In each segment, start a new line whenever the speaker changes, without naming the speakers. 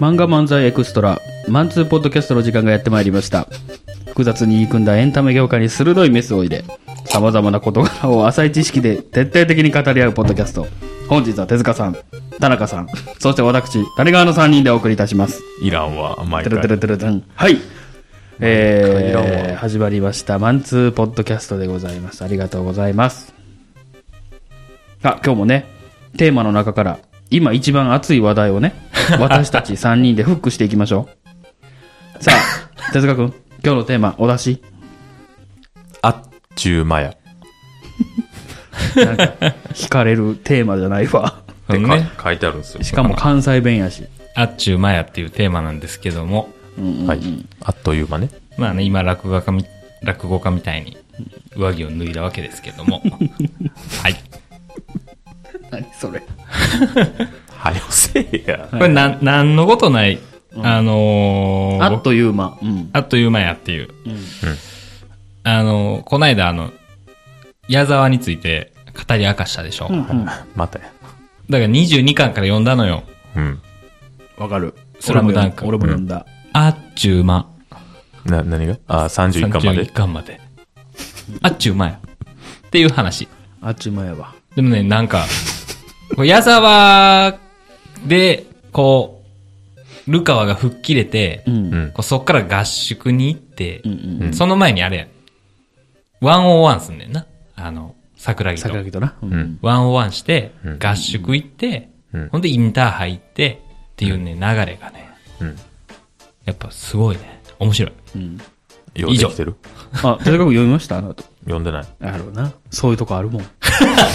漫画漫才エクストラマンツーポッドキャストの時間がやってまいりました複雑に入り組んだエンタメ業界に鋭いメスを入れさまざまな事柄を浅い知識で徹底的に語り合うポッドキャスト本日は手塚さん田中さんそして私谷川の3人でお送りいたします
いらんわ、毎
てる
回
て。るてるてんはいえ
なんかいら
ー、
ん
始まりましたマンツーポッドキャストでございますありがとうございますあ今日もねテーマの中から今一番熱い話題をね私たち3人でフックしていきましょうさあ手塚君今日のテーマお出し
あっちゅうまや。
なんか惹かれるテーマじゃないわ
って
うん
か
ね
書いてあるんですよ。
しかも関西弁やし
あっちゅうまやっていうテーマなんですけども、
はい。あっという間ね。
まあね、今落語家み、落語家みたいに上着を脱いだわけですけ ども。はい。
何それ
はよせえや。
これなん、なんのことない、あのー
あっという間うん
あっという間やっていう。あのーこないだあの、矢沢について語り明かしたでしょ。だか
またや。
ら22巻から読んだのよ。
うん。
わかる
スラムダンク
俺も読んだ
あっちゅう間。
な、何があ、31巻まで
31。巻まで。あっちゅう間や。っていう話。
あっちまやわ
でもね、なんか、こう矢沢で、こう、ルカワが吹っ切れて、
ん
こうそっから合宿に行って、
ん
その前にあれや、101すんねんな。あの、桜木と。
桜木となうん
101して、合宿行って、
うん
ほんでインターハイ行って、っていうね、流れがね、
うん
やっぱすごいね。面白い。
うん
ようできてる
あ、哲学読みましたあの後。
読んでない。
やろうな。そういうとこあるもん。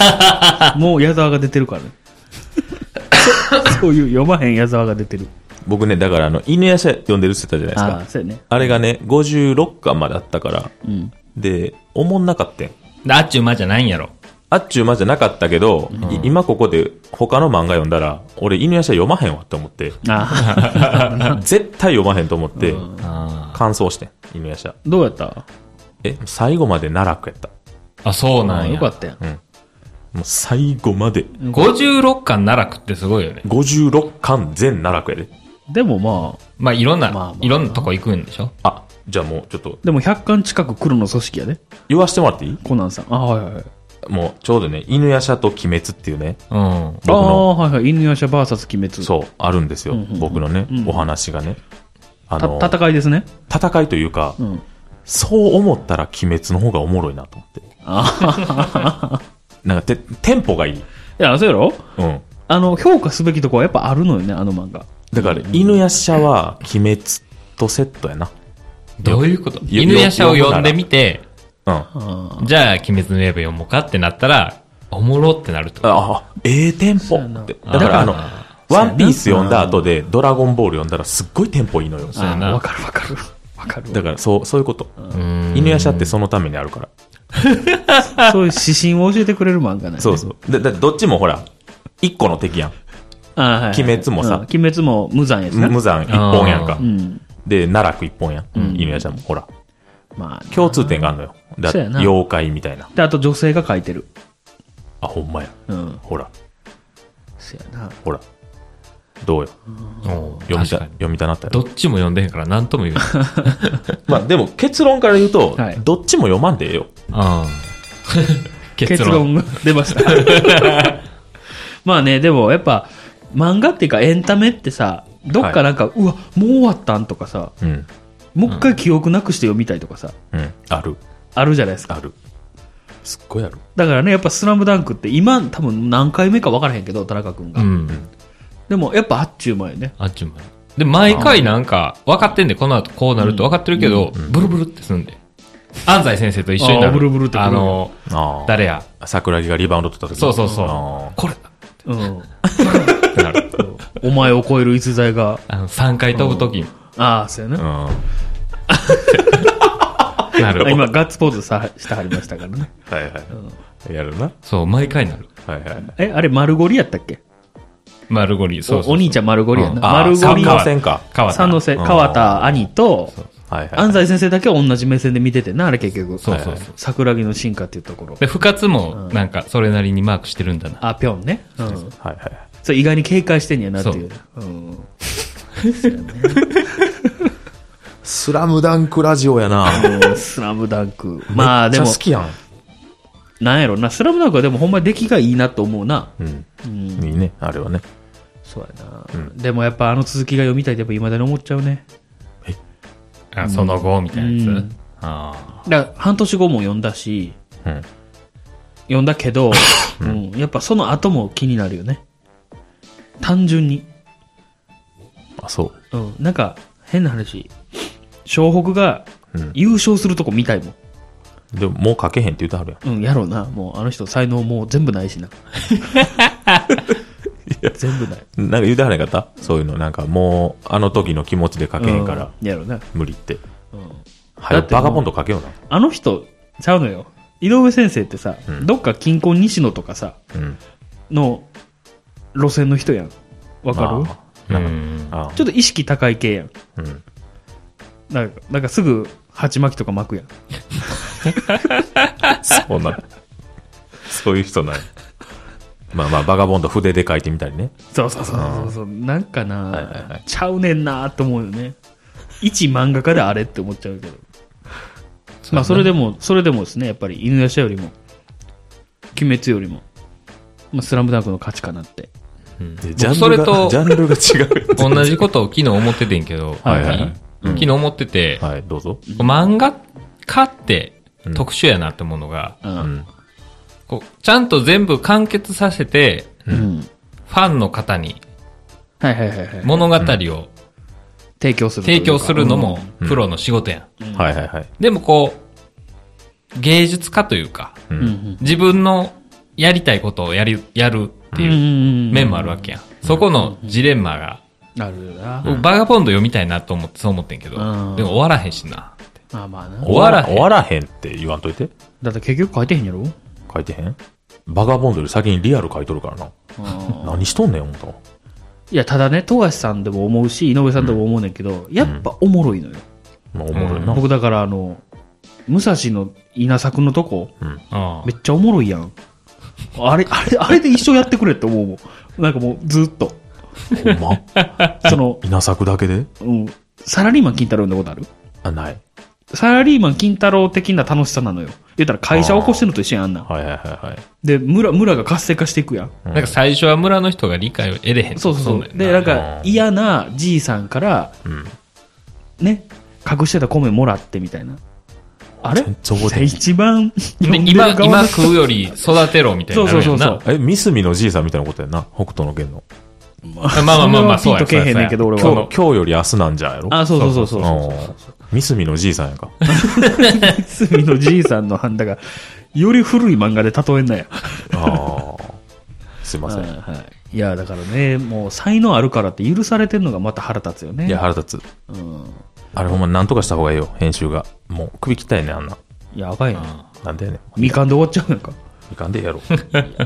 もう矢沢が出てる からね。そそういう読まへん矢沢が出てる。
僕ね、だからあの、犬やしゃ読んでるって言ったじゃない
あ
で
あ、
すか。
そうやね。
あれがね、56巻まであったから、
うん。
で、おもんなかったん。
であっちゅう間じゃないんやろ。
あっちゅうまじゃなかったけど、い今ここで他の漫画読んだら、俺犬やしゃ読まへんわって思って、
あ あ、
絶対読まへんと思って、
あ
感想してん、犬やしゃ。
どうやった
え、最後まで奈落やった。
あ、そ
あ
うな
あ、
ん
よ
や。
かったやん。
もう最後まで。
56巻奈落ってすごいよね。
56巻全奈落やで。
でもまあ、
まあいろん
ま
な、
あまあまあ
いろんなとこ行くんでしょ
あ、じゃあもうちょっと
でも100巻近く黒の組織やで。
言わせてもらっていい
コナンさん。あはいはいはい。
もうちょうどね、犬やしゃと鬼滅っていうね、
うん。
僕
あ
の、
あ、はいはい。犬夜叉 VS 鬼滅。
そう、あるんですよ。
んうん
僕のね、
うん
お話がね。あの、
た戦いですね。
戦いというか、
うん。
そう思ったら鬼滅の方がおもろいなと思って。なんかて、テンポがいい。
いや、そうやろ
うん。
あの、評価すべきとこはやっぱあるのよね、あの漫画。
だから、犬やしゃは鬼滅とセットやな。
どういうこと
よ
犬やしゃを読んでみて、
うん。あ
あ
じゃあ、鬼滅の刃読もうかってなったら、おもろってなるってこと。
あ、ええテンポ
うやな
って。だから、あの、
そうや
ワ
な
ンピース読んだ後で、ドラゴンボール読んだらすっごいテンポいいのよ。
そうや
あ、
な
わかるわかる。わかるわ
だから、そう、そういうこと。
うん
犬やしゃってそのためにあるから。
そういう指針を教えてくれる漫画ね。
そうそう。だ、だどっちもほら、一個の敵やん。
あはいはい
鬼滅もさ
うん鬼滅も無残やしな。
無残一本やんか
あ
う。ん。
で、奈落一本やん。犬やしゃも、ほら。
まあ、
共通点があるのよ。だ
そうやな
妖怪みたいな。
で、あと女性が書いてる。
あ、ほんまや。
うん。
ほら、
そやな。
ほら。どうよ。
うん
読み
確
た、
かに。
読みたなった
ど
よ。
っちも読んでへんから、なんとも言うな。
まあ、でも結論から言うと
はい、
どっちも読まんでええよ。
うん。結
結
論。
論が出ました。 まあね、でもやっぱ、漫画っていうかエンタメってさ、どっかなんか、うわ、もう終わったんとかさ、
うん。
もう一回記憶なくして読みたいとかさ、
うん。ある。
あるじゃないですか。
ある。すっごいある。
だからね、やっぱスラムダンクって今、多分何回目か分からへんけど、田中君
う
が。
ん。
でもやっぱあっちゅう前ね。
あっちも。で、毎回なんか、分かってんで、この後こうなると分かってるけど、ブルブルってすんで。安西先生と一緒にな
あ
る。
ーブルブルってくる
あの、
ああ。
誰や。
桜木がリバウンド取った時
そうそうそう
あ
これだ
うん。
って なる。
お前を超える逸材が、
あの、3回飛ぶときに
ああ、そうやな。
あうん。
なる。
今、ガッツポーズさしてはりましたからね。
はいはい。やるな。
そう、毎回なる。
はいはい。
え、あれ、丸ゴリやったっけ
丸ゴリ、そうそうそ
お
う
お兄ちゃん丸ゴリや
う
な。
ん
丸ゴ
あー
リ
三冠戦か。
川田
三ノ瀬、
うん
川田兄と、
はいはい。
安西先生だけは同じ目線で見ててな、あれ結局。
そうそう
はいは
そう。
桜木の進化っていうところ。
で、不活もなんかそれなりにマークしてるんだな。
あ、ぴょんね。うん。
はいはい。
そう、意外に警戒してんやなっていう。うん。
スラムダンクラジオやな。
スラムダンク。まあで
めっ
も
ちゃ、好きやん。
なんやろな、スラムダンクはでもほんま出来がいいなと思うな。
うん。
うん。
いいね、あれはね。
そうやな。でもやっぱあの続きが読みたいってやっぱ未だに思っちゃうね。
あその後みたいな
う
やつ
ん。
あ
だから半年後も読んだし、
うん。
読んだけ ど、うん、やっぱその後も気になるよね。単純に。
あ、そう。
うん、なんか、変な話。湘北が
うん
優勝するとこ見たいもん。
でも、もう書けへんって言うてはるやん。
うん、やろうな。もう、あの人才能もう全部ない しな。全部ない。
なんか言うてはれんかったそういうの。なんかもう、あの時の気持ちで書けへんから、
うんやろうな。
無理って。
うん
は
だ
い、
ってもう
バカボンド書けよう
あの人、ちゃうのよ。井上先生ってさ、
うん
どっか近郊西野とかさ、
な。うん。
の路線の人やん。わかる、
ま
あ。
なんか
うん
ああ
ちょっと意識高い系やん。
うん。
なんか、なんかすぐ、鉢巻きとか巻くやん。
そうな。そういう人なんやまあまあ、バカボンド筆で書いてみたりね。
そうそうそうそうそう。なんかな、
はいはいはい
ちゃうねんなと思うよね。一漫画家であれって思っちゃうけど。まあそれでも、それでもですね、やっぱり犬夜叉よりも、鬼滅よりも、まあスラムダンクの勝ちかなって。
でジャンルが
僕それと
ジャンルが違う。
同じことを昨日思っててんけど、
はいはい
はい
い昨日思ってて、
はい、どうぞ。
漫画家って
うん
特殊やなって思うのが、
う。
うんん。
こうちゃんと全部完結させて、
うん。
ファンの方に
はいはいはいはい。
物語を
提供するという
提
か。
供するのも
うん
プロの仕事やん。
はいはいはい。
でもこう、芸術家というか、
う。
うん。うんん
自分のやりたいことをやり、やるって
うん。う。
いうん面もあるわけやん。そこのジレンマが、
なるよな。
僕バガボンド読みたいなと思ってそう思ってんけど、で
うん
も終わらへんしな。
まあまあな。
終わらへん
終わらへんって言わんといて。
だって結局書いてへんやろ
書いてへんバガボンドより先にリアル書いとるからな。何しとんねん、思ったわ
いや、ただね、富樫さんでも思うし、井上さんでも思うねんけど、やっぱおもろいのよ。
まあ、おもろいな。
僕だからあの、武蔵の稲作のとこ、
うん
めっちゃおもろいやん。あれ、あれ、あれで一生やってくれって思うもん。なんかもうずっと。
ほんま
その、
稲作だけで
うん、サラリーマン金太郎読んだことあ
あ、ない。
るサラリーマン金太郎的な楽しさなのよ。言ったら会社起こしてるのと一緒やんあんな。
はいはいはいはい。
で、村、村が活性化していくやん。
うん
なんか最初は村の人が理解を得れへん
そうそうそう。で、なんか
うん
嫌なじいさんから、
うん。
ね、隠してた米もらってみたいな。あれ
全然覚えてない。
一番読んでる
今、
側の
今食うより育てろみたいになる
そ
よ
うそうそう
な。
え、三隅のじいさんみたいなことやんな。北斗の剣の。
まあまあまあまあ、
そ
そ
れ
う
はピ
や。
ンとけへんねんけど
そうや
俺
今
は
日、今日より明日なんじゃやろ
あ、そうそうそうそううそうそう。
ん三隅のじいさんや んか。
隅のじいさんの判断が、より古い漫画で例えんなや。
ああ。すいません。
はい。いや、だからね、もう才能あるからって許されてるのがまた腹立つよね。
いや、腹立つ。
うん。
あれほんまなんとかした方がいいよ、編集が。もう首切ったよね、あんな。
やばい
そう
な。
なんだよね。
未完で終わっちゃうなんか。
いかんでええやろ。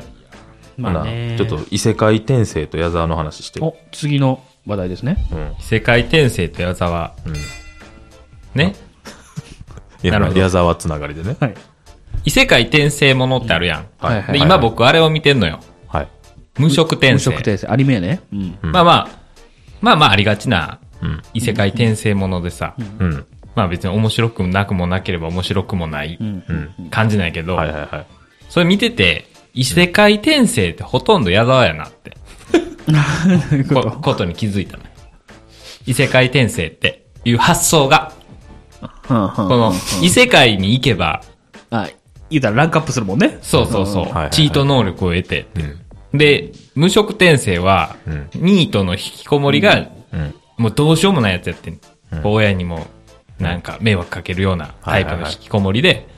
まあ
ほ
ね。
なちょっと異世界転生と矢沢の話して。
お、次の話題ですね。
うん。うん。
異世界転生と矢沢。
い
ね。
や
なるほど
矢沢つながりでね。
はい。
異世界転生ものってあるやん。
はいはい
で、今。僕あれを見てんのよ。
はい。
無職転
無
生。
色転生。アニメやね。うん。
うん
まあまあ、まあまあありがちな
うん。
異世界転生ものでさ、
うん。
まあ別に面白くもなくもなければ面白くもない
うん。
うん。
感じないけど
は、いはいはい。
それ見てて、異世界転生ってほとんど矢沢やなって。
と いうこ
ことことに気づいたのよ異世界転生っていう発想が、
はんはん
この異世界に行けば、
あ、言うたらランクアップするもんね。
そうそうそう、
はいはい
チート能力を得てって
うん
で、無職転生は、
うん
ニートの引きこもりが、
うん。
もうどうしようもないやつやってん。親にも、なんか迷惑かけるようなタイプの引きこもりで、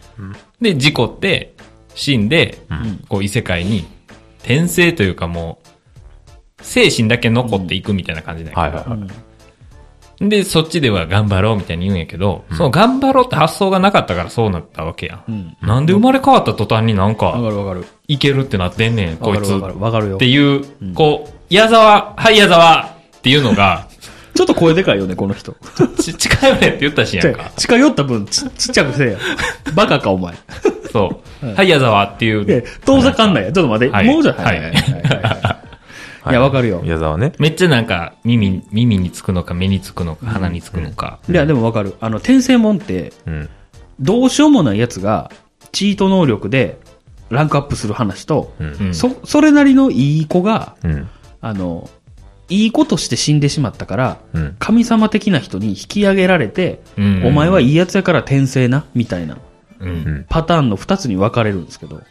で、事故って、死んで、こう異世界に転生というかもう、精神だけ残っていくみたいな感じだけど、
はいはいはい。
で、そっちでは頑張ろうみたいに言うんやけど、その頑張ろうって発想がなかったからそうなったわけやん。
うん。
なんで生まれ変わった途端になん
わ
か、
かるわかる。
いけるってなってんねん、こ
わか
い
る
つ。
わかる。わかる
っ
よ
て。いう、こう、矢沢、はい矢沢っていうのが、
ちょっと声でかいよね、この人。
ち、近寄れって言ったしやんか。
近寄った分、ちちっちゃく せえや。バカか、お前。
そう。はい、矢沢ってい
で
う。、
遠ざかんないや。ちょっと待って、
はい
もうじゃ、は
はいい
はいはい はい。い
は
や、
い
わかるよ。
矢沢ね。
めっちゃなんか、耳、耳につくのか、目につくのか、鼻につくのか。
いや、でもわかる。あの、転生もんって、
うん。
どうしようもないやつが、チート能力で、ランクアップする話と、
うん。
うん
そ、それなりのいい子が、
うん。
あの、いい子として死んでしまったから、
うん。
神様的な人に引き上げられて、
うん
お前はいいやつやから転生な、みたいな
う。
うんん。
パターンの二つに分かれるんですけど。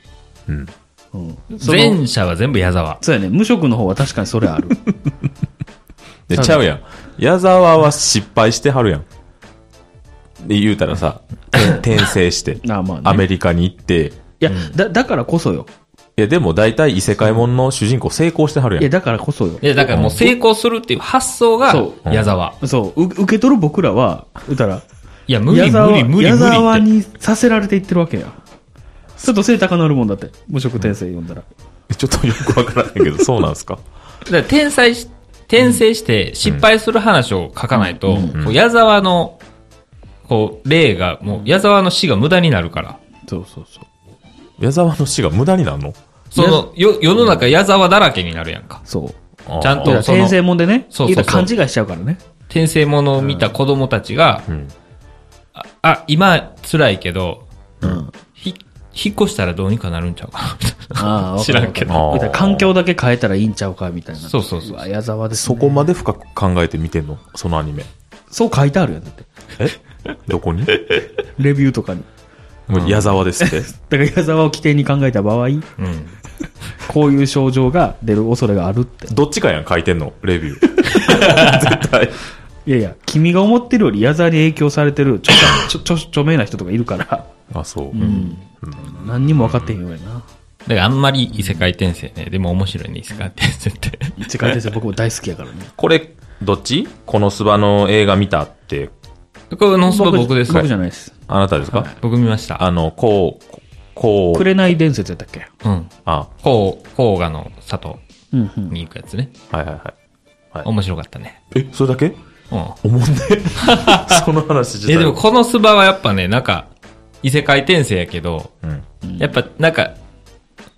うん。
うん。その
前者は全部矢沢。
そうやね。無職の方は確かにそれある。
で、ちゃうやん。矢沢は失敗してはるやん。で、言うたらさ、転生して、
ああまあね。
アメリカに行って、い
いや、だ、だからこそよ。
や、でも大体異世界ものの主人公成功してはる
い
や
や、
ん。
だからこそよ
い。や、だからもう成功するっていう発想が
そ、
う
矢沢。
そう、う受け取る僕らは、言うたら、
いや、無理
矢沢
無理無理
矢
無
沢
理って。
にさせられていってるわけや。ちょっと背高なるもんだって。無職転生読んだら。
ちょっとよくわからないけど、そうなんで すか。
だから転生し、転生して失敗する話を書かないと、こう矢沢の、こう、例が、もう矢沢の死が無駄になるから。
そうそうそう。
矢沢の死が無駄になるの
その、よ、世の中矢沢だらけになるやんか。
そう。
あー
ちゃん
だから
と、そ
転
の、
生もんでね、
そうそうそう
言うたら勘違いしちゃうからね。
転生ものを見た子供たちが、
うん。
ああ、今辛いけど、
うん。
ひ、引っ越したらどうにかなるんちゃうかな、みたいな。
ああ
知らんけ
わ
ど
かるわかる環境だけ変えたらいいんちゃうか、みたいな。
そうそうそう
わ矢沢です、
そ
ね。
こまで深く考えて見てんのそのアニメ。
そう書いてあるやん、だって。
えどこに
レビューとかに。
もう矢沢で すって。
だから矢沢を起点に考えた場合、
うん。
こういう症状が出る恐れがあるって。
どっちかやん、書いてんの、レビュー。 絶対。
いやいや、君が思ってるより矢沢に影響されてるちょ、ちょ、ちょ、 著名な人とかいるから、
あ、そう。
何にも分かってへんようやな。
だからあんまり異世界転生ね。でも面白いね、異世界転生って。
世界ですよ僕も大好きやからね。
これ、どっちこのスバの映画見たって、
これ、ノンスパ僕です。
僕じゃないです。
あなたですか、
僕見ました。
あの、こう、こう、
紅伝説やったっけ
うん。
あ、
こう、こうがの里
うんうん。
に行くやつね。
はいはいはい。
面白かったね。
え、それだけ
うん。
おもんね。その話自体。
え、でもこのスバはやっぱね、なんか、異世界転生やけど、
うん。
やっぱなんか、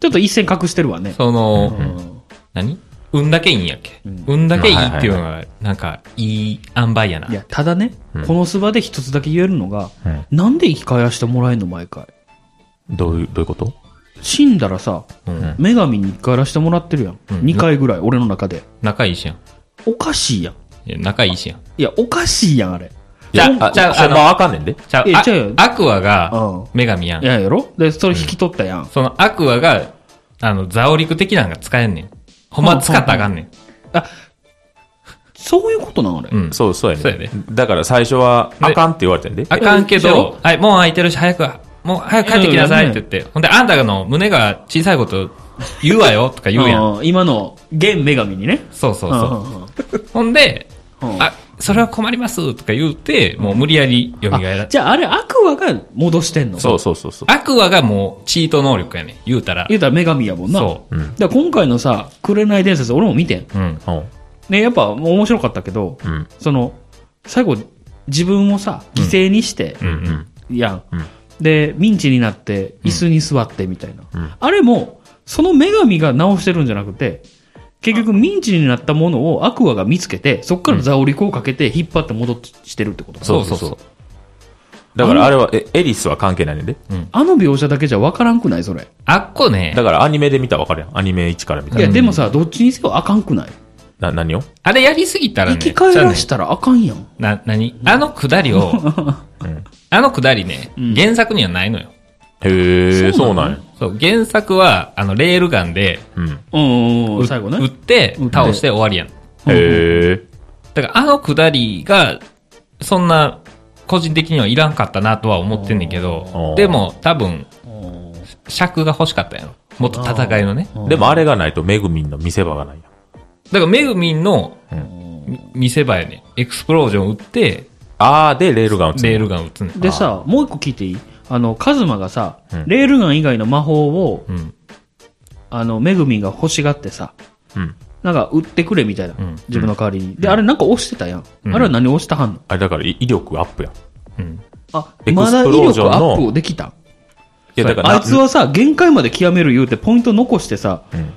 ちょっと一線隠してるわね。
その、
うん
何運だけいいんやっけ、
ん
運だけいいっていうのが、なんか、いい塩梅やな。
いや、ただね、
うん
このスバで一つだけ言えるのが、
うん
なんで生き返らせてもらえんの毎回。
どういう、どういうこと
死んだらさ、
うん。
女神に生き返らせてもらってるやん。
うん
2回ぐらい、俺の中で。
仲いいしやん。
おかしいやん。
いや仲いいしやん。
いや、おかしいやん、あれ。
いや
じゃ、あ
あ、
じ
じ
ゃ
ゃ
あ
あ、ほんまはあかんねんで。
ちゃう
え
あ
ちゃうよ
アクアが、
うん。
女神やん
い。や、やろで、それ引き取ったやん。
そのアクアが、あの、ザオリク的なんが使えんねん。ほんまは使ったらあかんねん。
あ、そういうことなん、あれ。
うん。
そう、そうやね。
そうやね
だから最初は、
で
あかんって言われてんで。
あかんけ
えそう
ど、はい、もう空いてるし、早く、もう早く帰ってきなさいって言って。ほんで、あんたの胸が小さいこと言うわよとか言うやん。
あー今の、現女神にね。
そうそうそう。
んんん
ほんで、
うん
あ、それは困りますとか言うて、もう無理やり蘇ら
あじゃあ、あれ、アクアが戻してんの
そうそうそうそう。
アクアがもうチート能力やねん。言うたら。
言うたら女神やもんな。
そう
だ
ん
から今回のさ、紅伝説、俺も見てん。
うん。
うん。
ね、やっぱもう面白かったけど、
うん。
その、最後、自分をさ、犠牲にして
う、んうん。
やん。
うん
で、ミンチになって、椅子に座ってみたいな。
うん
あれも、その女神が直してるんじゃなくて、結局ミンチになったものをアクアが見つけて、そこからザオリコをかけて引っ張って戻ってしてるってことか。
そうそうそう。だからあれは、え、エリスは関係ないねんで。
あの描写だけじゃ分からんくないそれ。
あっこね
だ、からアニメで見たらわかるやん。アニメ1から見た
い
ら
や、。でもさ、どっちにせよあかんくない
な、何を
あれやりすぎたら
生
ね。
き返らしたらあかんやん。
な、なにあのくだり を、あのくだりね、原作にはないのよ。
へえ、そうなんや。
そう、原作は、あの、レールガンで、
うん。
うんうんう、
うん
最後
撃っ
ね。
て
撃っ、て
倒して終わりやん。
へえ。
だから、あのくだりが、そんな、個人的にはいらんかったなとは思ってんねんけど
ー、
でも、多分、
うん
尺が欲しかったんやろ。もっと戦いのね。
でもあれがないと、めぐみんの見せ場がないやん。
だから、めぐみんの
う、
み見せ場やねエクスプロージョン撃って、
あーで、レールガン撃つ。
レールガン撃つねん。
でさ、もう一個聞いていいあの、カズマがさ、
うん
レールガン以外の魔法を、
うん。
あの、めぐみんが欲しがってさ、
うん。
なんか売ってくれみたいな、
うん
自分の代わりに。で、あれなんか押してたやん。
うん
あれは何押したはんの
あれだからい威力アップやん。い
うん。
あ、
エク
ま
ス
だ
プ
威
ロー
力
ジョンの
アップをできた
や、だから
あいつはさ、限界まで極める言うてポイント残してさ、
うん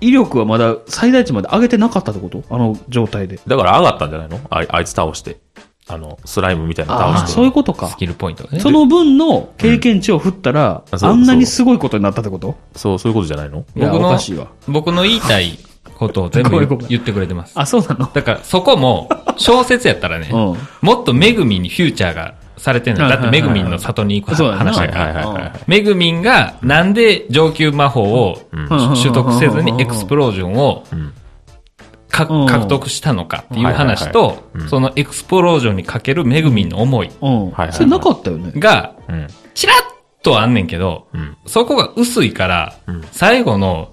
威力はまだ最大値まで上げてなかったってことあの状態で。
だから上がったんじゃないのあいあいつ倒して。あの、スライムみたいなの
あ
倒
あ、
して。
そういうことか
ス。キルポイントね。
その分の経験値を振ったら、
うんあそう
あんなにすごいことになったってこと
そう、そういうことじゃないの
いや
僕
お
の
かしいわ、
僕の言いたいことを 全
ごめんご
部
めん
言ってくれてます。
あ、そうなの
だから、そこも、小説やったらね、
うん
もっとめぐみんにフューチャーがされてんのよ。だってめぐみんの里に行 く
そうやな
話
は
や
い
か
は
ら。
いはいはい。
めぐみんがなんで上級魔法を
ん
取得せずにエクスプロージョンを
ん
か
うん
獲得したのかっていう話
はいはい
と
はいうん、
そのエクスプロージョンにかけるめぐみんの思い
うん。
はいはい
それなかったよね。
が、
うん。
ちらっとはあんねんけど、
うん。
そこが薄いから
ん、
最後の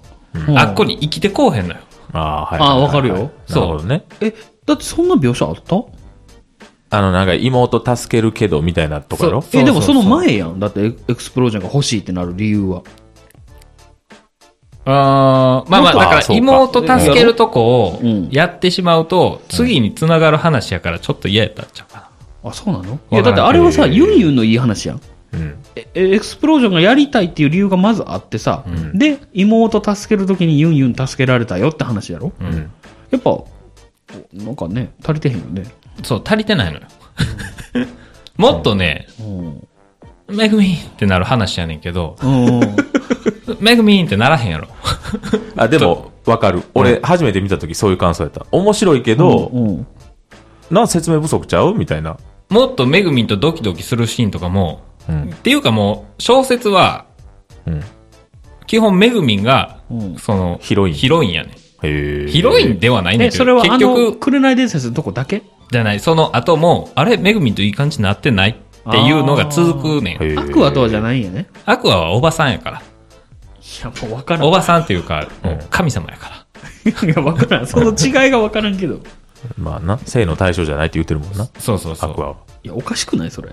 うん
あっこに生きてこうへんのよ。
ああ、はいはいはいはい。
あーわかるよ
なるほどね。
え、だってそんな描写あった
あの、なんか妹助けるけどみたいなとこやろ
そう
え、でもその前やん。だってエエクスプロージョンが欲しいってなる理由は。
あーまあま
もっ
あ、だ
と
から
そうか
妹助けるとこを
うん
やってしまうと、次につながる話やからちょっと嫌やったんちゃうかな。
あ、そうなのい
らん
や、だってあれはさ、
えー
ユンユンのいい話やん。
うん。
ええエクスプロージョンがやりたいっていう理由がまずあってさ、で、妹助けるときにユンユン助けられたよって話やろ、
ん
やっぱ、おなんかね、足りてへんよ ね。
そう、足りてないのよ。 もっとね、
うん。
めぐみんってなる話やねんけど、
うん。
めぐみんってならへんやろ。
あ、でも、わかる。俺、初めて見たときそういう感想やった。面白いけど、
うん。
なんか説明不足ちゃうみたいな。
もっとめぐみんとドキドキするシーンとかも、
うん
っていうかもう、小説は、
うん
基本めぐみんが、
うん
その、
ヒロイン
ヒロインやねん。
へえ。
ヒロインではないねん
え、
け
それ
ど、
はあ
結
の、
局、
紅伝説のとこだけ
じゃない、その後も、あれ、めぐみんといい感じになってないっていうのが続くね
へ
ん。
ー
アクアとはじゃないんやね。
アクアはおばさんやか。
いや、もうわかららん。い
おばさんっていうか、もう神様やから。
や、わから ん。その違いがわからんけど。
まあな、性の対象じゃないって言ってるもんな。
そうそうそ
アク
う。
アは。
いや、おかしくないそれ。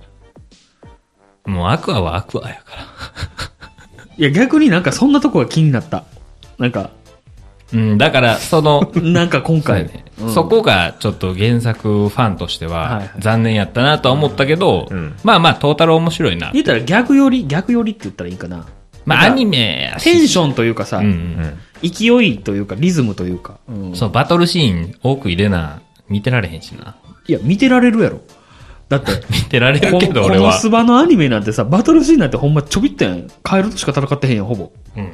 もうアクアはアクアやから。
いや、逆になんかそんなとこが気になった。なんか、
うん、だから、その、
なんか今回。うん
そこがちょっと原作ファンとして
はいは
はい残念やったなとは思ったけど、
ん
まあまあトータル面白いな。
言ったら逆寄り、逆寄りって言ったらいいかな。
まあ
な
ア
んか
ニメや
テ
し、
ンションというかさ、
うんうん
勢いというか、リズムというか、うん
そのバトルシーン多く入れな、見てられへんしな。
いや、見てられるやろ。だって、
見てられ
こ
るけど
のこ
俺
の
は。
スバのアニメなんてさ、バトルシーンなんてほんまちょびってん。カエルとしか戦ってへんやん、ほぼ。
うん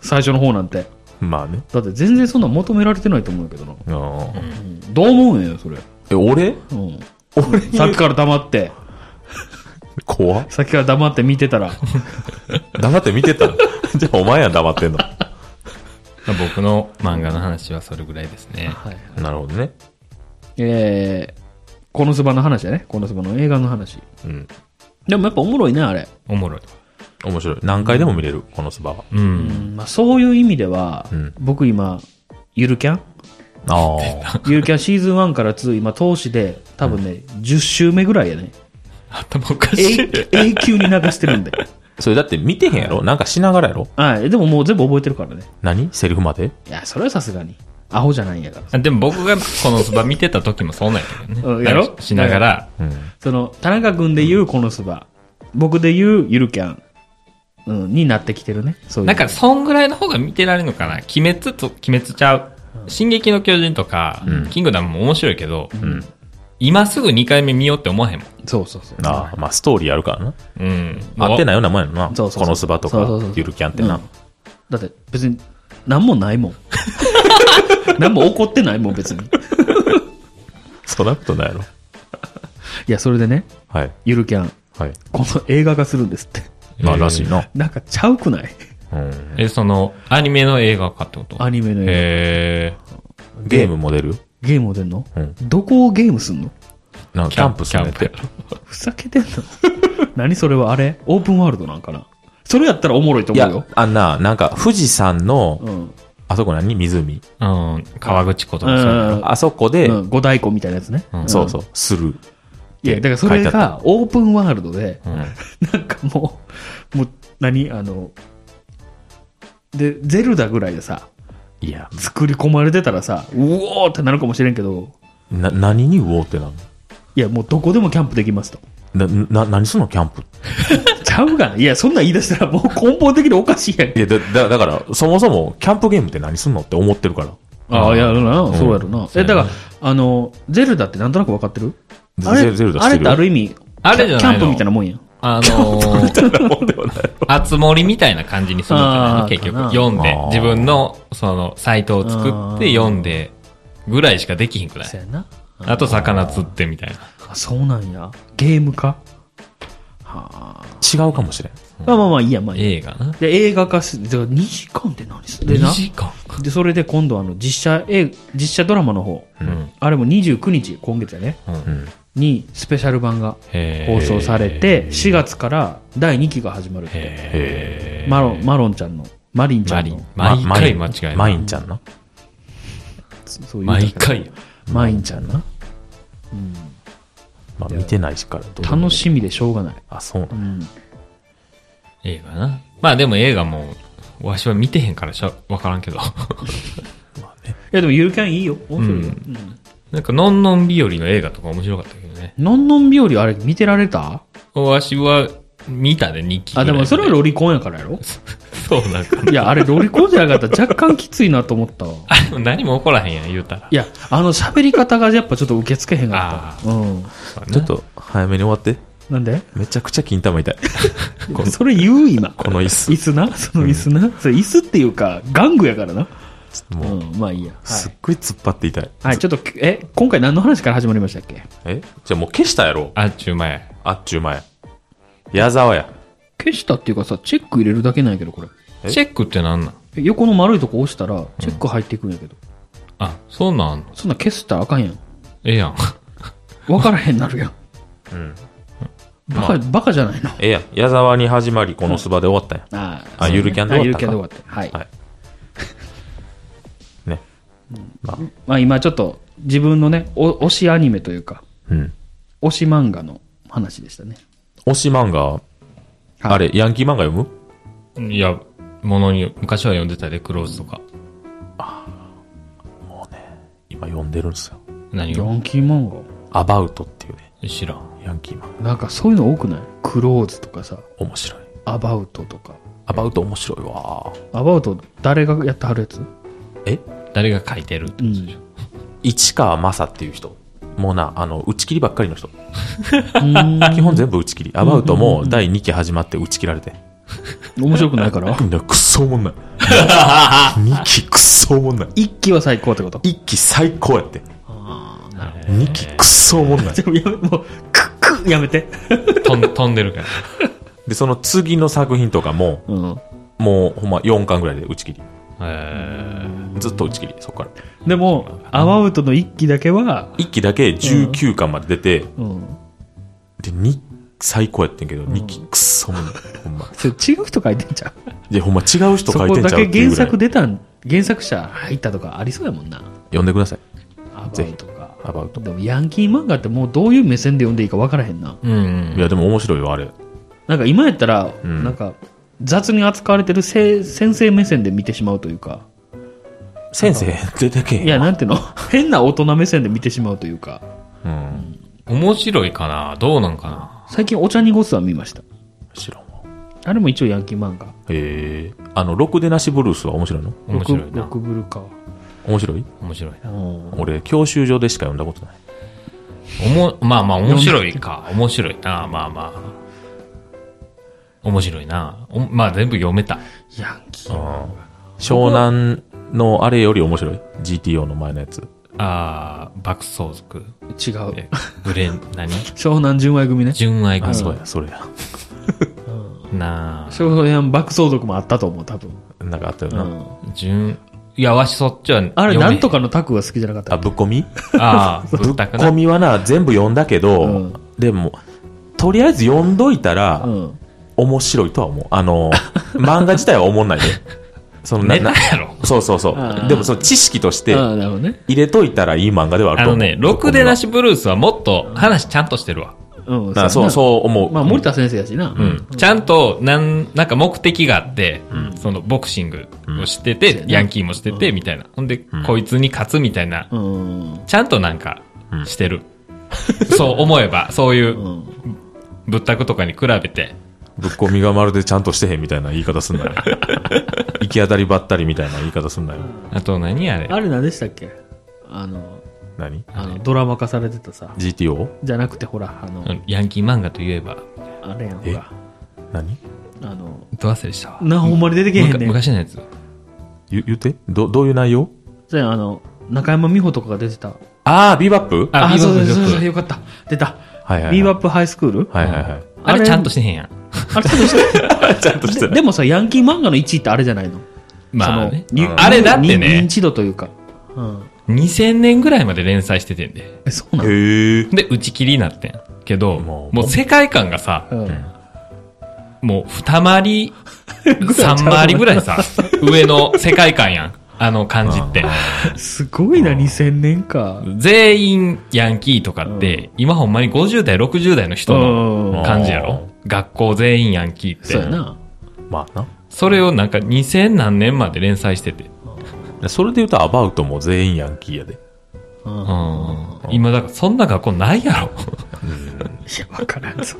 最初の方なんて。
まあね。
だって全然そんなん求められてないと思うけどな。
うん
どう思うんや、それ。
え、俺
うん。
俺
さっきから黙って、
怖っ
さっきから黙って見てたら、
黙って見て たじゃあお前やん黙ってんの。
まあ僕の漫画の話はそれぐらいですね。
はい、
なるほどね。
えー、このスバの話だね。このスバの映画の話。
うん。
でもやっぱおもろいね、あれ。
おもろい。
面白い。何回でも見れる、このスバは。
う。
うんん、まあそういう意味では、
うん
僕今、ゆるキ ャン
ああ。
ゆるキャンシーズン1から2、今、投資で、多分ね、10週目ぐらいや ね。
頭おかしい。
永永久に流してるんで。
それだって見てへんやろなんかしながらやろ
はい。でももう全部覚えてるからね。
何セリフまで
いや、それはさすがに。アホじゃないんやから。
あでも僕がこのスバ見てた時もそうなんやけど
うん
ね。
やろ
しながら、
うん。
その、田中君で言うこのスバ、僕で言うゆるキャン、うん、になってきてるね。そういう。
なんか、そんぐらいの方が見てられるのかな。鬼滅と、鬼滅ちゃう。進撃の巨人とか、キングダムも面白いけど、今すぐ2回目見ようって思わへんもん。
そうそうそう。
ああ、まあストーリーやるからな。
うん。
合って
い。
ないようなもんやろな。
そうそうそう
このスバと
そ
か
うそうそう、
ゆるキャンってな。
だって、別に、なんもないもん。 なんも起こってないもん、別に。
そんなことないやろ。
いや、それでね、
はい。
ゆるキャン、
はい。
この映画化するんですって。
まあ
えー
らしいな。
なんかちゃうくない
うん。
え、その、アニメの映画かってこと
アニメの映画。
へー
ゲームも出るよ
ゲームを出んの、
うん
どこをゲームすんの
なんかキャンプするねっ
キャ
て
ンプ。やろ
ふざけてんの 何それはあれオープンワールドなんかなそれやったらおもろいと
い
思う
や
よ。、
あんな、なんか富士山の
う、ん。
あそこ何湖。
うん。川口ことかそうやろ
うん
あそこで、
うん、五大湖みたいなやつね。
うん
そうそう、する。
いや、だからそれ
書いてあ
がオープンワールドで、
うん
なんかもう、もう、何あの、で、ゼルダぐらいでさ、
いや、
作り込まれてたらさ、うおーってなるかもしれんけど、
な、何にうおーってない
や、もうどこでもキャンプできますと。
のな、な、何すんのキャンプ。
ちゃうがな。いや、そんなん言い出したらもう根本的におかしいやん
い。や、だ、だだから、そもそも、キャンプゲームって何すんのって思ってるから。
ああ、やるな、
ん
そうやるな。え、だから、あの、ゼルダってなんとなく分かってる
ゼ
あれ、
ゼルダ
あれ
して
っ
る
てある意味、
あれじゃないの
キャンプみたいなもんやん。
あのー、集まりみたいな感じにするんじゃない
あー
の結局
かな。
読んで
あー、
自分の、その、サイトを作って読んで、ぐらいしかできひんくら
そう
い。
やな。
あと、魚釣ってみたいな。
あそうなんや。ゲームか
違うかもしれん。
まあまあまあ、いいや、まあいいや。
映画な。
で、映画化し、だから2時間って何すで
2
な。
時間
で、それで今度あの、実写映、実写ドラマの方。
うん。
あれも29日、今月やね。
うん。
に、スペシャル版が
へー
放送されて、4月から第2期が始まるって。
へ
マロン、マロンちゃんの、マリンちゃ
マ
ん
リ
の
ン。。毎回間違え
え。
る。
マインちゃんな。
そういう歌
毎回。
マインちゃんな。
まあ、見てないしから、どうでもいい
楽しみでしょうがない。
あ、そうな
う
の
ん。
映画な。まあでも映画も、わしは見てへんからしゃ、わからんけど。
いや、でも、ゆるキャンいいよ。面白いよ。
なんか、のんのん日和の映画とか面白かったけどね。
のんのん日和、あれ、見てられた
わしは、見たで、日記ぐら
あ、
い。
でも、それはロリコンやからやろ
そうなんか。
いや、あれ、ロリコンじゃなかったら若干きついなと思ったわ。
あ、でも何も起こらへんやん、言うたら。
いや、あの、喋り方がやっぱちょっと受け付けへんか
あ
った。うん。
ちょっと、早めに終わって。
なんで
めちゃくちゃ金玉痛い。
それ言う今。
この椅子
椅子なその椅子なそれ椅子っていうか、玩具やからな。う
もう、
ん、まあいいや。は
すっ
い。
ごい突っ張って痛い。
はい、ちょっと、え、今回何の話から始まりましたっけ
えじゃあもう消したやろ。
あっちゅう前。
あっちゅう前。矢沢や。
消したっていうかさ、チェック入れるだけなんやけど、これ。
え
チェックってなんなん
え横の丸いとこ押したら、チェック入っていくんやけど。
あ、そうなんあんの
そんなん消したらあかんやん。
ええやん。
分からへんなるやん。うん。バカ、バカじゃないの。
ええやん。矢沢に始まり、このスバで終わったやん。
あ
あゆるキャンで終わったか
あゆるキャンで終わって。はい。
はい。ね。まあ、
まあ今ちょっと、自分のね、お推しアニメというか、
うん。
推し漫画の話でしたね。
推し漫画、あれ、ヤンキー漫画読む
いや、ものに、昔は読んでたで、クローズとか。
今読んでるんですよ。
何
ヤ
を
ンキー漫画
アバウトっていうね、
知らん。
ヤンキー漫画。
なんかそういうの多くないクローズとかさ、
面白い。
アバウトとか。
アバウト面白いわ。
アバウト誰がやってはるやつ
え
誰が書いてるってことでしょ。
市川正っていう人。もうな、あの、打ち切りばっかりの人。基本全部打ち切り。アバウトも第2期始まって打ち切られて。
面白くないから
みんなくっそおもんない。2期くっそおもんない。
一期は最高ってこと
一期最高やって。二期くっそおもんない。
でもやめ、もう、クックやめて。
飛ん 飛んでるから。
で、その次の作品とかも、
うん。
もうほんま4巻ぐらいで打ち切り。
えー
ずっと打ち切り、そこから。
でも、アバウトの一期だけは、
一期だけ19巻まで出て、
うん。
で、二最高やってんけど、二期くっそおもんない。ほんま。
それ違う人書いてんじゃん。
で、ほんま違う人
そ
書い
こ
てん
だ
ちゃう
け
っていう
原
ぐらい
作。出たん、原作者入ったとかありそうやもんな。
読んでください。
アバ
ぜ
ウ
ひ
トか。
アバウト。
でもヤンキー漫画ってもうどういう目線で読んでいいか分からへんな。
うんうん
い。や、でも面白いよ、あれ。
なんか今やったら、
ん
なんか雑に扱われてるせ先生目線で見てしまうというか、
先生、出てけえ。
いや、なんていうの 変な大人目線で見てしまうというか、
うん。
面白いかなどうなんかな
最近お茶にごすは見ました。
知らんわ。
あれも一応ヤンキー漫画。
へえ。あの、ろくでなしブルースは面白いの
面白い
ロ
な。
クブルか。
面白い
面白いな。
俺、教習所でしか読んだことない。
おも、まあまあ面白いか。面白いな。まあまあ。面白いな。おまあ全部読めた。
ヤンキー。
湘南のあれより面白い ?GTO の前のやつ。
ああ、爆走族。
違う
え。ブレン、 何
湘南純愛組ね。
純愛
あ、
組
そうや、それや。
なあ。
湘南爆走族もあったと思う、多分。
なんかあったよ
う
な。
ん。
純、いや、わしそっちは
あれ、
読めへ
なんと。かのタクが好きじゃなかった
あ、。ぶっこみ
あ あ、ぶったくな
コ。ミはな、全部読んだけど、
うん
でも、とりあえず読んどいたら、
うん。
面白いとは思う。あの、漫画自体は思んないで。その
ネタやろ。
そうそうそ
あー
う。でもその知識として
ああ、なるほどね。
入れといいたらいい漫画ではある
あ
と思
の
う。
ね、ろくでなしブルースはもっと話ちゃんとしてるわ。
うん
だからそう、
う
そう思
や
う。
な。まあ、森田先生やしな。う。
うんん。
ちゃんと、なん、なんか目的があって、そのボクシングをしてて、
うん
ヤンキーもしてて、みたいな。ほんで、こいつに勝つみたいな、
うん。
ちゃんとなんか
うん
してる。 そう思えば、そういううんぶったくとかに比べて、
ぶっこみがまるでちゃんとしてへんみたいな言い方すんなよ。行き当たりばったりみたいな言い方すんなよ。
あと何あれ
あれ何でしたっけあの、
何
あの、ドラマ化されてたさ。
?GTO?
じゃなくて、ほら、あの、
うんヤンキー漫画といえば、
あれやん、ほ
え
ら。
何
あの、
ど忘れしたわ。
な、ほんまに出てけへん
むか
ねん。
昔のやつ。
ゆ言ってどどういう内容
そうやんあの、中山美穂とかが出てた。
ああ、ビーバップ
あビーバップ
そうそう
ビーバップ
そう、よかった。出た。
はいはいはい
ビーバップハイスクール
はいはいはい。
あれちゃんとしてへんやん。
あれ、ちょっとして
ちゃんとして
で
ない。
でもさ、ヤンキー漫画の1位ってあれじゃないの
まあね
その。
あれだって
認認
ね、
知度というか。うん。
2000年ぐらいまで連載しててんで。
え、そうなの
へえ。
で、打ち切りになってん。けど、
も
も
う
う世界観がさ、
うん。
もう二 回り、三回りぐらいさ、上の世界観やん。あの感じって。
すごいな、2000年か。
全員ヤンキーとかって、今ほんまに50代、60代の人
う
の
ん
感じやろ学校全員ヤンキーっ
そうや
て。
な。
まあ
それをなんか2000何年まで連載してて。
な。それで言うとアバウトも全員ヤンキーやで。
うん。
今だからそんな学校ないやろ。
いや、わからんぞ。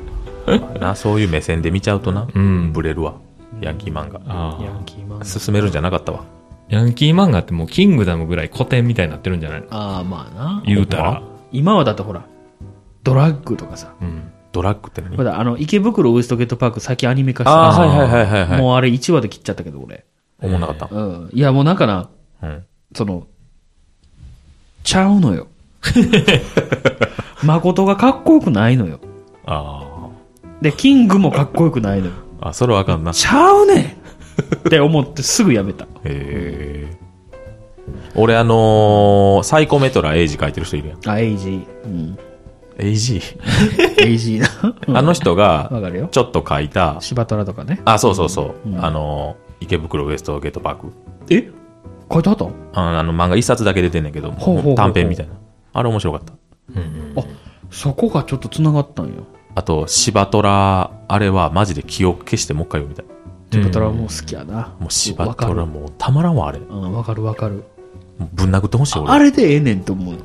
な、そういう目線で見ちゃうとな、
うん
ブレるわ。ヤンキー漫画。
ヤンキー漫画。
進めるんじゃなかったわ。
ヤンキー漫画ってもうキングダムぐらい古典みたいになってるんじゃないの
ああ、まあな。
言うたら。
今はだとほら、ドラッグとかさ。
うん
ドラッグって何
まだあの、池袋ウエストゲートパーク最近アニメ化して
あ
た
あ、はいはいはいはい、はい。
もうあれ1話で切っちゃったけど、俺。
思わなかっ
うん。いや、もうなんかな、
た。うん。
その、ちゃうのよ。 誠がかっこよくないのよ。
あ
で、キングもかっこよくないのよ。
あ。あ、それはあかんな。
ちゃうねんって思ってすぐやめた。
へえ。俺あのーサイコメトラエイジ書いてる人いるやん。
あ、エイジー。 うん。
エイジ
エイジーな。
あの人
わ
が、
かるよ。
ちょっと書いた、
柴虎とかね。
あ、そうそうそう、あのー池袋ウエストゲートパーク。
え書いてあった
ああの漫画一冊だけ出てんねんけど、
ほうほうほう
短編みたいな。あれ面白かった。
あ、そこがちょっと繋がったんよ。
あと、柴虎、あれはマジで記憶消してもう一回読みたい。
柴虎もう好きやな。
もう柴
わかる
虎もうたまらんわ、あれ。も
うん、わかるわかる。
うぶん殴ってほしい、俺。
あれでええねんと思う。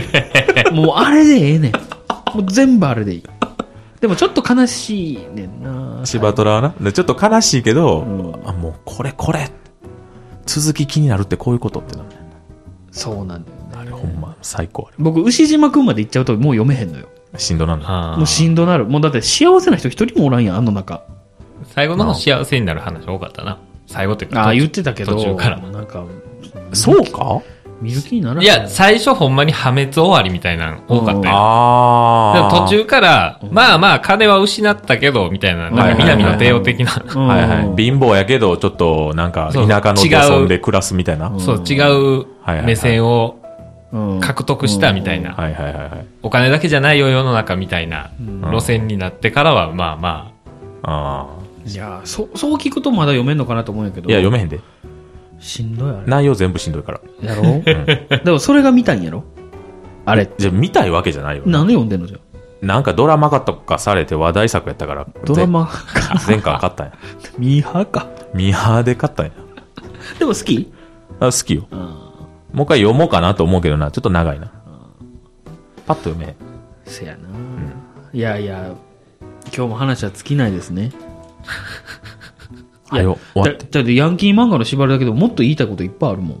もうあれでええねん。もう全部あれでいい。でもちょっと悲しいねんな。
柴虎はな。でちょっと悲しいけど、
う
あもうこれこれ続き気になるってこういうことってな。
そうなんだよね。
あれほんま最高あれ。
僕、牛島くんまで行っちゃうともう読めへんのよ。
しんどなんだ。
あー
もうしんどなる。もうだって幸せな人一人もおらんやん、あの中。
最後の方幸せになる話多かったな。最後っていうか。
ああ、
途中
言ってたけど。
途中から。
なんか、
そうか
水気にならん
いや、最初ほんまに破滅終わりみたいなの多かったよ。
あ
でも
あ。
途中から、まあまあ金は失ったけど、みたいな、なんか南の帝王的な、
うん
はいはい。貧乏やけど、ちょっとなんか田舎の
そう
漁村で暮らすみたいな。は
そう、違う
はいはい
目線を
うん
獲得したみたい
い
な、
はいはいはい。
お金だけじゃないよ世の中みたいな路線になってからは、まあま
ああ。
いや、そう、そう聞くとまだ読めんのかなと思うんやけど。
いや、読めへんで。
しんどいあれ。
内容全部しんどいから。
やろ でもそれが見たいんやろあれ。
じゃあ見たいわけじゃないよ。
なんで読んでんのじゃ
なんかドラマ化とかされて話題作やったから。
ドラマか。
ぜ前回買ったんや。
ミーハーか。
ミーハーで買ったんや。
でも好き
あ好きよ。
うん。
もう一回読もうかなと思うけどな、ちょっと長いな。パッと読めへん。
せやな、いやいや、今日も話は尽きないですね。
はよ、終わ
だ
って。
だってヤンキー漫画の縛りだけど、もっと言いたいこといっぱいあるもん。
あ、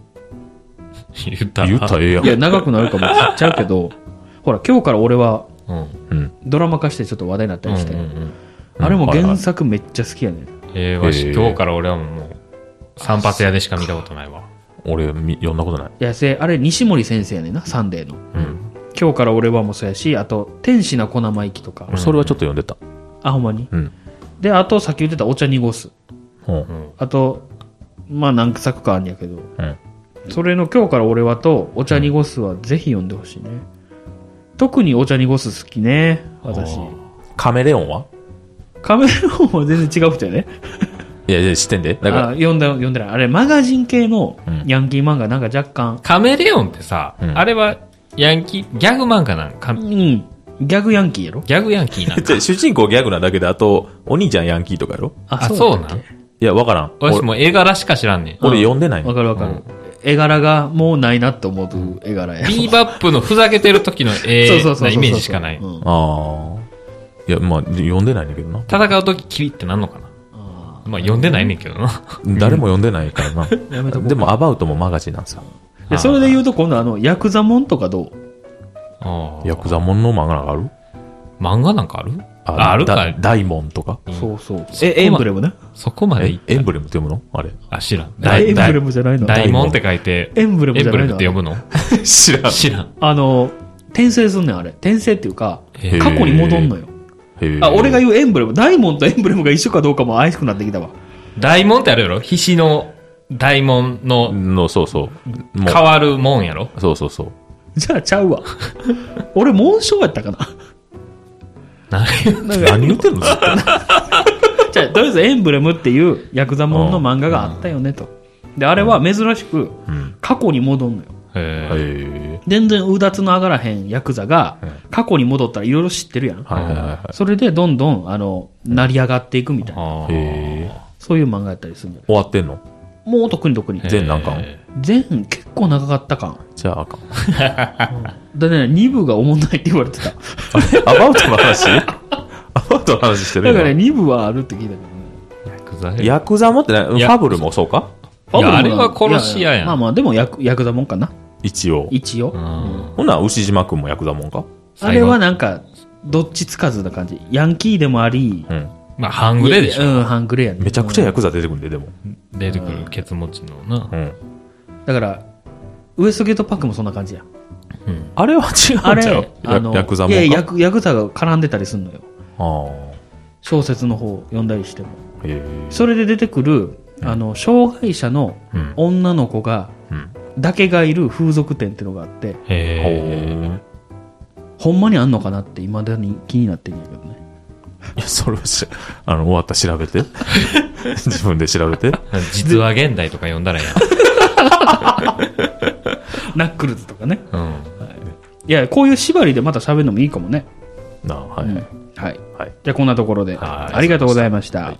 言った
言ったらええやん
い。や、長くなるかもしっちゃうけど、 ほら、今日から俺は
うん。
うん。
ドラマ化してちょっと話題になったりして、
うんうんうん
あれも原作めっちゃ好きやね、
ええわし、
へえ
今日から俺はもう、散髪屋でしか見たことないわ。
俺、み読んだことない。
いやせあれ西森先生やねんな、サンデーの。今日から俺はもそうやし、あと、天使な小生意気とか、
俺それはちょっと読んでた。
あ、ほんまに。
うん。
で、あと、さっき言ってたお茶濁す。
うん。
あと、まあ何作かあるんやけど、
うん。
それの今日から俺はと、お茶濁すはぜひ読んでほしいね。特にお茶濁す好きね、私。
カメレオンは
カメラの方は全然違う人やね。
いやいや、知ってんで。だ
あ
か
読んだ、読んでない。あれ、マガジン系の
うん
ヤンキー漫画なんか若干、
カメレオンってさ、
うん
あれはヤンキー、ギャグ漫画なんか
う、ん、ギャグヤンキーやろ
ギャグヤンキーなん
じ
だ。
ゃあ主人公ギャグなだけで、あと、お兄ちゃんヤンキーとかやろ
あ、そう
だ
な
っ
ん
け
いや、わからん。
私
俺、
も映画らしか知らんねん。
俺読んでない
わ
の。
かるわかる。絵柄がもうないなって思う絵柄や。
ビーバップのふざけてる時の 絵なイメージしかない。
うん
ああ。いや、まあ、読んでないんだけどな。
戦う時キリってなんのかな
あ
まあ、読んでないねんけどな。
誰も読んでないからな。
やめとこう
でも、アバウトもマガジンなんですよ。
ーでそれで言うと、今度あの、ヤクザモンとかどう
あー
ヤクザモンの漫画なんかある
漫画なんかあるああるか
だ。大門とか。
そうそう。え、エンブレムね。
そこまでい
え
っ、
エンブレムって読むのあれ。
あ、知らん。
えエンブレ
大
ムじゃないの
大門って書いて、
エンブレム
エ
じ
ン
ゃ
ブ
な
レ
い
ム
の
って呼ぶの
知らん。
知らん。
あの、転生すんねん、あれ。転生っていうか、
へー
過去に戻んのよ。
へー
あ、俺が言うエンブレム。ダイモンとエンブレムが一緒かどうかも怪しくなってきたわ。
大門ってあるやろひしの大門の
の、そうそう。も
変わる門やろ
う、そうそうそう。
じゃあちゃうわ。俺、紋章やったかな。
何
なんか
何言ってんのずっと
じゃあとりあえずエンブレムっていうヤクザモンの漫画があったよねと。で、あれは珍しく
ん
過去に戻んのよ。
えー
へ
全然うだつの上がらへんヤクザが過去に戻ったらいろいろ知ってるやん
ー。はいはいは
それでどんどん、あの、成り上がっていくみたいな。
あ
い。
ー
へー
そういう漫画やったりするんじゃ
終わってんの
ないもう特に特に。
全何巻
え
全結構長かった感。
じゃああかん。
だね、2部がおもんないって言われてた。
アバウトの話 アバウトの話してる
だ
今
から2部はあるって聞いたけどね。
ーヤクザや
ヤクザもってないフ
いや
ァブルもそうか
ファブルも
あれは殺し屋やん
いまあまあ、でもヤクヤクザもんかな。
一応。
一応。
うん
ほな、牛島くんもヤクザもんか
あれはなんか、どっちつかずな感じ。ヤンキーでもあり、
うん。
まあ、半グレでしょ
うん、半グレやね。
めちゃくちゃヤクザ出てくるんで、でも。
出てくるケツ持ちのな
う。ん。
だから、ウエストゲートパックもそんな感じや。
うん。
あれは違
あ
うんちゃう
れ、あの、
ヤヤクザも
いやい
ん
や
か
ヤク、ヤクザが絡んでたりするのよ。
あー
小説の方読んだりしても。
へー
それで出てくる、あの、障害者の
うん
女の子が、
うん
だけがいる風俗店っていうのがあって、
へえ。
ほ
ほ
ー
んまにあんのかなって未だに気になってるんだけどね。
いや、それはし、あの、終わったら調べて。自分で調べて。
実は現代とか読んだらえ
ナックルズとかね。
えやん。
いや、こういう縛りでまた喋るのもいいかもね。
なあ、はい。
はい。
はい。
じゃあこんなところで、
はい
ありがとうございました。
はい